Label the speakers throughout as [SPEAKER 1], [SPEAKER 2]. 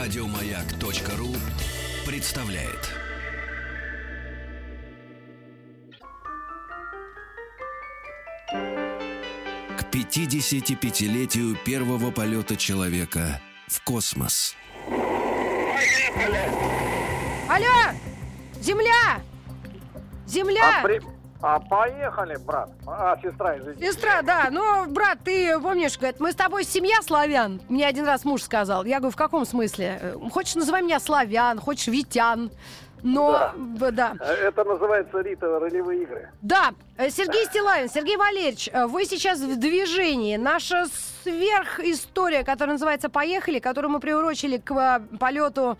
[SPEAKER 1] Радиомаяк.ру представляет. К 55-летию первого полета человека в космос.
[SPEAKER 2] Алло! Земля! Земля!
[SPEAKER 3] А, при- а поехали, брат. А, сестра, извините.
[SPEAKER 2] Сестра, да, но, брат, ты помнишь, говорит, мы с тобой семья славян. Мне один раз муж сказал. Я говорю, в каком смысле? Э, Хочешь, называй меня славян, хочешь витян. Но, б- да.
[SPEAKER 3] Э, Это называется Рита ролевые игры.
[SPEAKER 2] Да, э, Сергей Стилавин, Сергей Валерьевич, э, вы сейчас в движении. Наша сверхистория, которая называется «Поехали», которую мы приурочили к э, полету,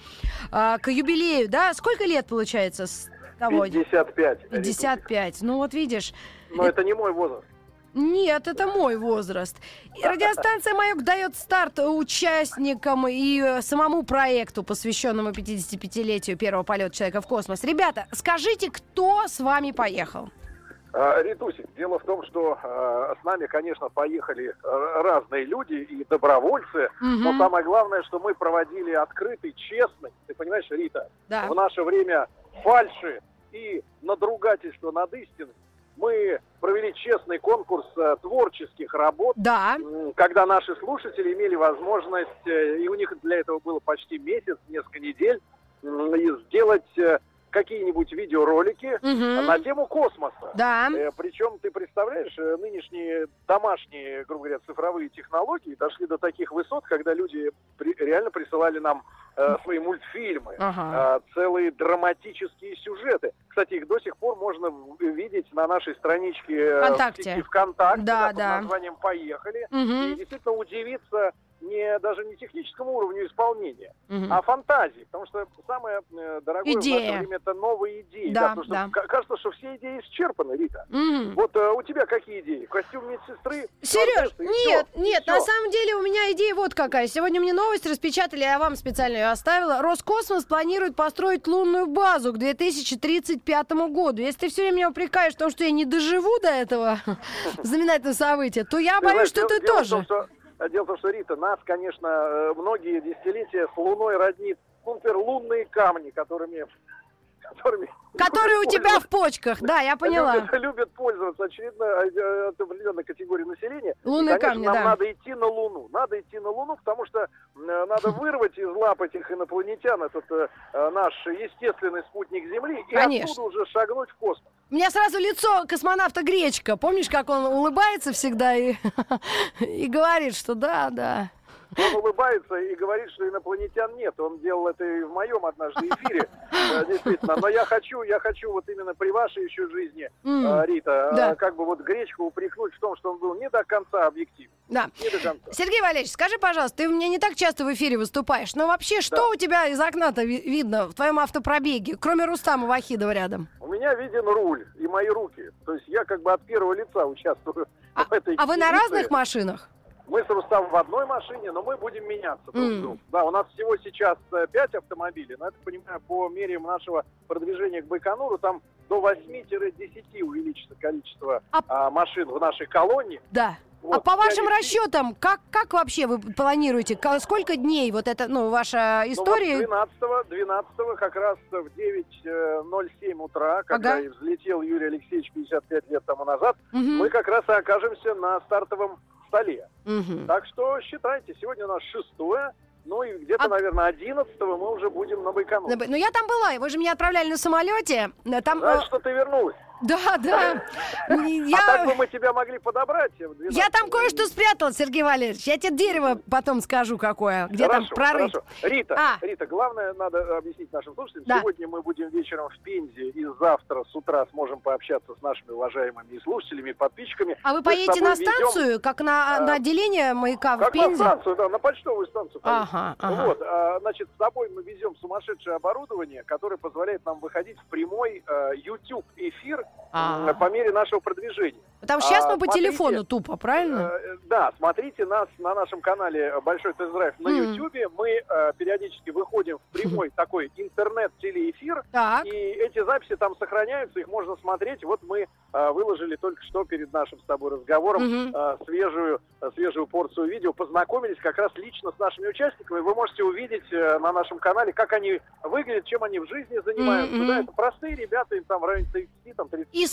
[SPEAKER 2] э, к юбилею, да? Сколько лет, получается, с того?
[SPEAKER 3] 55. Ритусик.
[SPEAKER 2] 55. Ну вот видишь.
[SPEAKER 3] Но это не мой возраст.
[SPEAKER 2] Нет, это мой возраст. И Радиостанция «Маяк» дает старт участникам и э, самому проекту, посвященному 55-летию первого полета человека в космос. Ребята, скажите, кто с вами поехал?
[SPEAKER 3] А, Ритусик, дело в том, что а, с нами, конечно, поехали а, разные люди и добровольцы. Но
[SPEAKER 2] Мгм,
[SPEAKER 3] самое главное, что мы проводили открытый, честный, ты понимаешь, Рита,
[SPEAKER 2] да.
[SPEAKER 3] в наше время фальши и надругательство над истиной. Мы провели честный конкурс а, творческих работ
[SPEAKER 2] Да.
[SPEAKER 3] М, когда наши слушатели имели возможность, э, и у них для этого было почти месяц, несколько недель, м, и сделать э, какие-нибудь видеоролики
[SPEAKER 2] Мгм.
[SPEAKER 3] на тему космоса.
[SPEAKER 2] Да.
[SPEAKER 3] Э, Причем, ты представляешь, э, нынешние домашние, грубо говоря, цифровые технологии дошли до таких высот, когда люди при- реально присылали нам э, свои мультфильмы,
[SPEAKER 2] Ага.
[SPEAKER 3] э, целые драматические сюжеты. Кстати, их до сих пор можно в- видеть на нашей страничке э,
[SPEAKER 2] Вконтакте.
[SPEAKER 3] в сети ВКонтакте
[SPEAKER 2] Да,
[SPEAKER 3] под
[SPEAKER 2] да.
[SPEAKER 3] названием «Поехали». Э, И
[SPEAKER 2] Мгм,
[SPEAKER 3] действительно удивиться не даже не техническому уровню исполнения,
[SPEAKER 2] мгм.
[SPEAKER 3] а фантазии. Потому что самое э, дорогое в
[SPEAKER 2] Идея.
[SPEAKER 3] наше время это новые идеи.
[SPEAKER 2] Да,
[SPEAKER 3] потому что
[SPEAKER 2] да.
[SPEAKER 3] ка- кажется, что все идеи исчерпаны, Рита.
[SPEAKER 2] Мгм.
[SPEAKER 3] Вот э, у тебя какие идеи? Костюм медсестры?
[SPEAKER 2] Сереж,
[SPEAKER 3] Барбоса и всё,
[SPEAKER 2] нет,
[SPEAKER 3] и
[SPEAKER 2] нет,
[SPEAKER 3] всё.
[SPEAKER 2] на самом деле у меня идея вот какая. Сегодня мне новость распечатали, я вам специально ее оставила. Роскосмос планирует построить лунную базу к 2035 году. Если ты все время меня упрекаешь в том, что я не доживу до этого знаменательного события, то я
[SPEAKER 3] Ты
[SPEAKER 2] боюсь,
[SPEAKER 3] знаешь,
[SPEAKER 2] что
[SPEAKER 3] дел-
[SPEAKER 2] ты
[SPEAKER 3] дело в
[SPEAKER 2] тоже.
[SPEAKER 3] том, что- э, Дело в том, что, Рита, нас, конечно, э, многие десятилетия с Луной роднит, ну, например, лунные камни, которыми... которыми
[SPEAKER 2] Которые у тебя в почках, да, я поняла.
[SPEAKER 3] Любят, любят пользоваться, очевидно, э, от определенной категории населения.
[SPEAKER 2] Лунные
[SPEAKER 3] Конечно,
[SPEAKER 2] камни,
[SPEAKER 3] нам
[SPEAKER 2] да.
[SPEAKER 3] надо идти на Луну. Надо идти на Луну, потому что э, надо
[SPEAKER 2] Хм.
[SPEAKER 3] вырвать из лап этих инопланетян этот э, э, наш естественный спутник Земли и
[SPEAKER 2] Конечно.
[SPEAKER 3] оттуда уже шагнуть в космос.
[SPEAKER 2] У меня сразу лицо космонавта Гречка. Помнишь, как он улыбается всегда и, и говорит, что да, да.
[SPEAKER 3] Он улыбается и говорит, что инопланетян нет. Он делал это и в моем однажды эфире, э, действительно. Но я хочу, я хочу вот именно при вашей еще жизни,
[SPEAKER 2] М,
[SPEAKER 3] э, Рита, э,
[SPEAKER 2] Хм. Да.
[SPEAKER 3] как бы вот Гречку упрекнуть в том, что он был не до конца объективен.
[SPEAKER 2] да.
[SPEAKER 3] Не до конца.
[SPEAKER 2] Сергей Валерьевич, скажи, пожалуйста, ты у меня не так часто в эфире выступаешь, но вообще, что
[SPEAKER 3] Да.
[SPEAKER 2] у тебя из окна-то ви- видно в твоем автопробеге, кроме Рустама Вахидова рядом?
[SPEAKER 3] У меня виден руль и мои руки. То есть я как бы от первого лица участвую в этой
[SPEAKER 2] А вы на
[SPEAKER 3] экспедиции.
[SPEAKER 2] разных машинах?
[SPEAKER 3] Мы с Рустамом в одной машине, но мы будем меняться друг с
[SPEAKER 2] М.
[SPEAKER 3] другом. Да, у нас всего сейчас э, пять автомобилей, но это, понимаю, по мере нашего продвижения к Байконуру, там до 8-10 увеличится количество
[SPEAKER 2] А-
[SPEAKER 3] а, машин в нашей колонии.
[SPEAKER 2] Да. а
[SPEAKER 3] Вот,
[SPEAKER 2] по
[SPEAKER 3] я
[SPEAKER 2] вашим
[SPEAKER 3] не-
[SPEAKER 2] расчетам, как, как вообще вы планируете? Ка- Сколько дней вот это, ну, ваша
[SPEAKER 3] Ну, вот
[SPEAKER 2] история?
[SPEAKER 3] 12 12 как раз в 9.07 утра, когда
[SPEAKER 2] Ага.
[SPEAKER 3] и взлетел Юрий Алексеевич 55 лет тому назад,
[SPEAKER 2] Мгм,
[SPEAKER 3] мы как раз и окажемся на стартовом столе.
[SPEAKER 2] мгм.
[SPEAKER 3] Так что считайте, сегодня у нас шестое, ну и где-то,
[SPEAKER 2] А-
[SPEAKER 3] наверное, одиннадцатого мы уже будем на Байконуре.
[SPEAKER 2] Ну, я там была, вы же меня отправляли на самолете. э, Там,
[SPEAKER 3] Знаешь,
[SPEAKER 2] э,
[SPEAKER 3] что ты вернулась.
[SPEAKER 2] да, да.
[SPEAKER 3] А так
[SPEAKER 2] Я,
[SPEAKER 3] бы мы тебя могли подобрать. в 12.
[SPEAKER 2] я там кое-что спрятала, Сергей Валерьевич. Я тебе дерево потом скажу какое, где там
[SPEAKER 3] Хорошо,
[SPEAKER 2] прорыть.
[SPEAKER 3] хорошо. Рита,
[SPEAKER 2] А.
[SPEAKER 3] Рита, главное надо объяснить нашим слушателям.
[SPEAKER 2] Да.
[SPEAKER 3] Сегодня мы будем вечером в Пензе и завтра с утра сможем пообщаться с нашими уважаемыми слушателями и подписчиками.
[SPEAKER 2] А вы
[SPEAKER 3] Мы с
[SPEAKER 2] поедете
[SPEAKER 3] тобой
[SPEAKER 2] на
[SPEAKER 3] ведем-
[SPEAKER 2] станцию, как на,
[SPEAKER 3] а,
[SPEAKER 2] на отделение маяка в
[SPEAKER 3] Как на
[SPEAKER 2] Пензе?
[SPEAKER 3] станцию, да, на почтовую станцию. поедем.
[SPEAKER 2] Ага,
[SPEAKER 3] Ну
[SPEAKER 2] ага.
[SPEAKER 3] Вот, а, значит, с собой мы везем сумасшедшее оборудование, которое позволяет нам выходить в прямой э, YouTube эфир
[SPEAKER 2] А.
[SPEAKER 3] по мере нашего продвижения.
[SPEAKER 2] Потому что сейчас
[SPEAKER 3] А,
[SPEAKER 2] мы по
[SPEAKER 3] смотрите,
[SPEAKER 2] телефону тупо, правильно?
[SPEAKER 3] Э, Да, смотрите нас на нашем канале Большой Тест-Драйв на
[SPEAKER 2] Мгм.
[SPEAKER 3] Ютьюбе. Мы э, периодически выходим в прямой такой интернет-телеэфир.
[SPEAKER 2] Так.
[SPEAKER 3] И эти записи там сохраняются, их можно смотреть. Вот мы э, выложили только что перед нашим с тобой разговором
[SPEAKER 2] Мгм.
[SPEAKER 3] э, свежую, э, свежую порцию видео, познакомились как раз лично с нашими участниками. Вы можете увидеть э, на нашем канале, как они выглядят, чем они в жизни занимаются.
[SPEAKER 2] Мгм.
[SPEAKER 3] Да, это простые ребята, им там в районе 30, там 30
[SPEAKER 2] И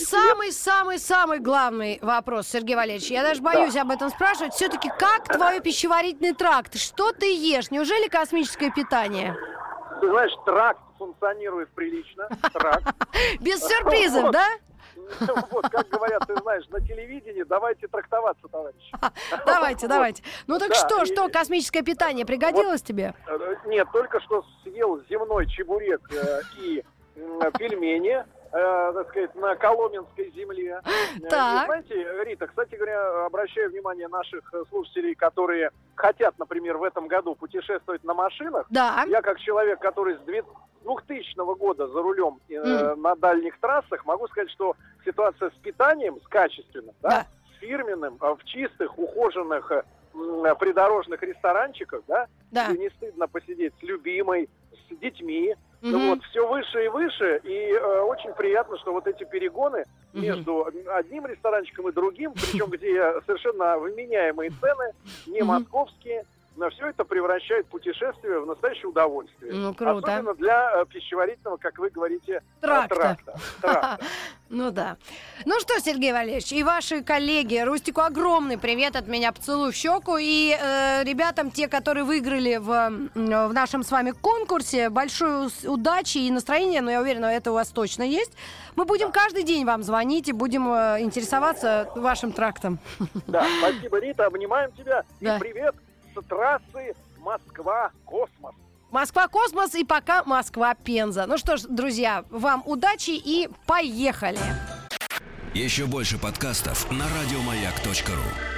[SPEAKER 2] самый-самый-самый главный вопрос, Сергей Валерьевич, я даже боюсь об этом спрашивать, все-таки как твой пищеварительный тракт? Что ты ешь? Неужели космическое питание?
[SPEAKER 3] Ты знаешь, тракт функционирует прилично. Тракт. Ну,
[SPEAKER 2] Без сюрпризов, да?
[SPEAKER 3] Вот, как говорят, ты знаешь, на телевидении давайте трактоваться, товарищи.
[SPEAKER 2] Давайте, давайте. Ну так
[SPEAKER 3] Да,
[SPEAKER 2] что,
[SPEAKER 3] и-
[SPEAKER 2] что, космическое питание пригодилось тебе?
[SPEAKER 3] Э, Нет, только что съел земной чебурек э, и м, пельмени, э, так сказать, на Коломенской земле. Э, и
[SPEAKER 2] Так.
[SPEAKER 3] знаете, Рита, кстати говоря, обращаю внимание наших э, слушателей, которые хотят, например, в этом году путешествовать на машинах,
[SPEAKER 2] Да.
[SPEAKER 3] Я как человек, который с две- 2000 года за рулем э,
[SPEAKER 2] Мгм.
[SPEAKER 3] на дальних трассах, могу сказать, что ситуация с питанием, с качественным, да,
[SPEAKER 2] Да.
[SPEAKER 3] с фирменным, э, в чистых, ухоженных э, м, э, придорожных ресторанчиках, да,
[SPEAKER 2] Да.
[SPEAKER 3] где не стыдно посидеть с любимой, с детьми, ну
[SPEAKER 2] Мгм.
[SPEAKER 3] вот, все выше и выше, и э, очень приятно, что вот эти перегоны
[SPEAKER 2] Мгм.
[SPEAKER 3] между одним ресторанчиком и другим, причем где совершенно вменяемые цены, не
[SPEAKER 2] Мгм.
[SPEAKER 3] московские, на все это превращает путешествие в настоящее удовольствие.
[SPEAKER 2] Ну, круто.
[SPEAKER 3] Особенно для э, пищеварительного, как вы говорите, э,
[SPEAKER 2] Тракта.
[SPEAKER 3] тракта. Тракта.
[SPEAKER 2] Ну да. Ну что, Сергей Валерьевич, и ваши коллеги, Рустику огромный привет от меня, поцелуй в щеку. И э, ребятам, те, которые выиграли в, м, в нашем с вами конкурсе, большой ус- удачи и настроения, но я уверена, это у вас точно есть. Мы будем каждый день вам звонить и будем э, интересоваться вашим трактом.
[SPEAKER 3] Да, спасибо, Рита, обнимаем тебя.
[SPEAKER 2] Да.
[SPEAKER 3] И привет с трассы Москва-Космос.
[SPEAKER 2] Москва космос и пока Москва Пенза. Ну что ж, друзья, вам удачи и поехали!
[SPEAKER 1] Еще больше подкастов на радиомаяк.ру.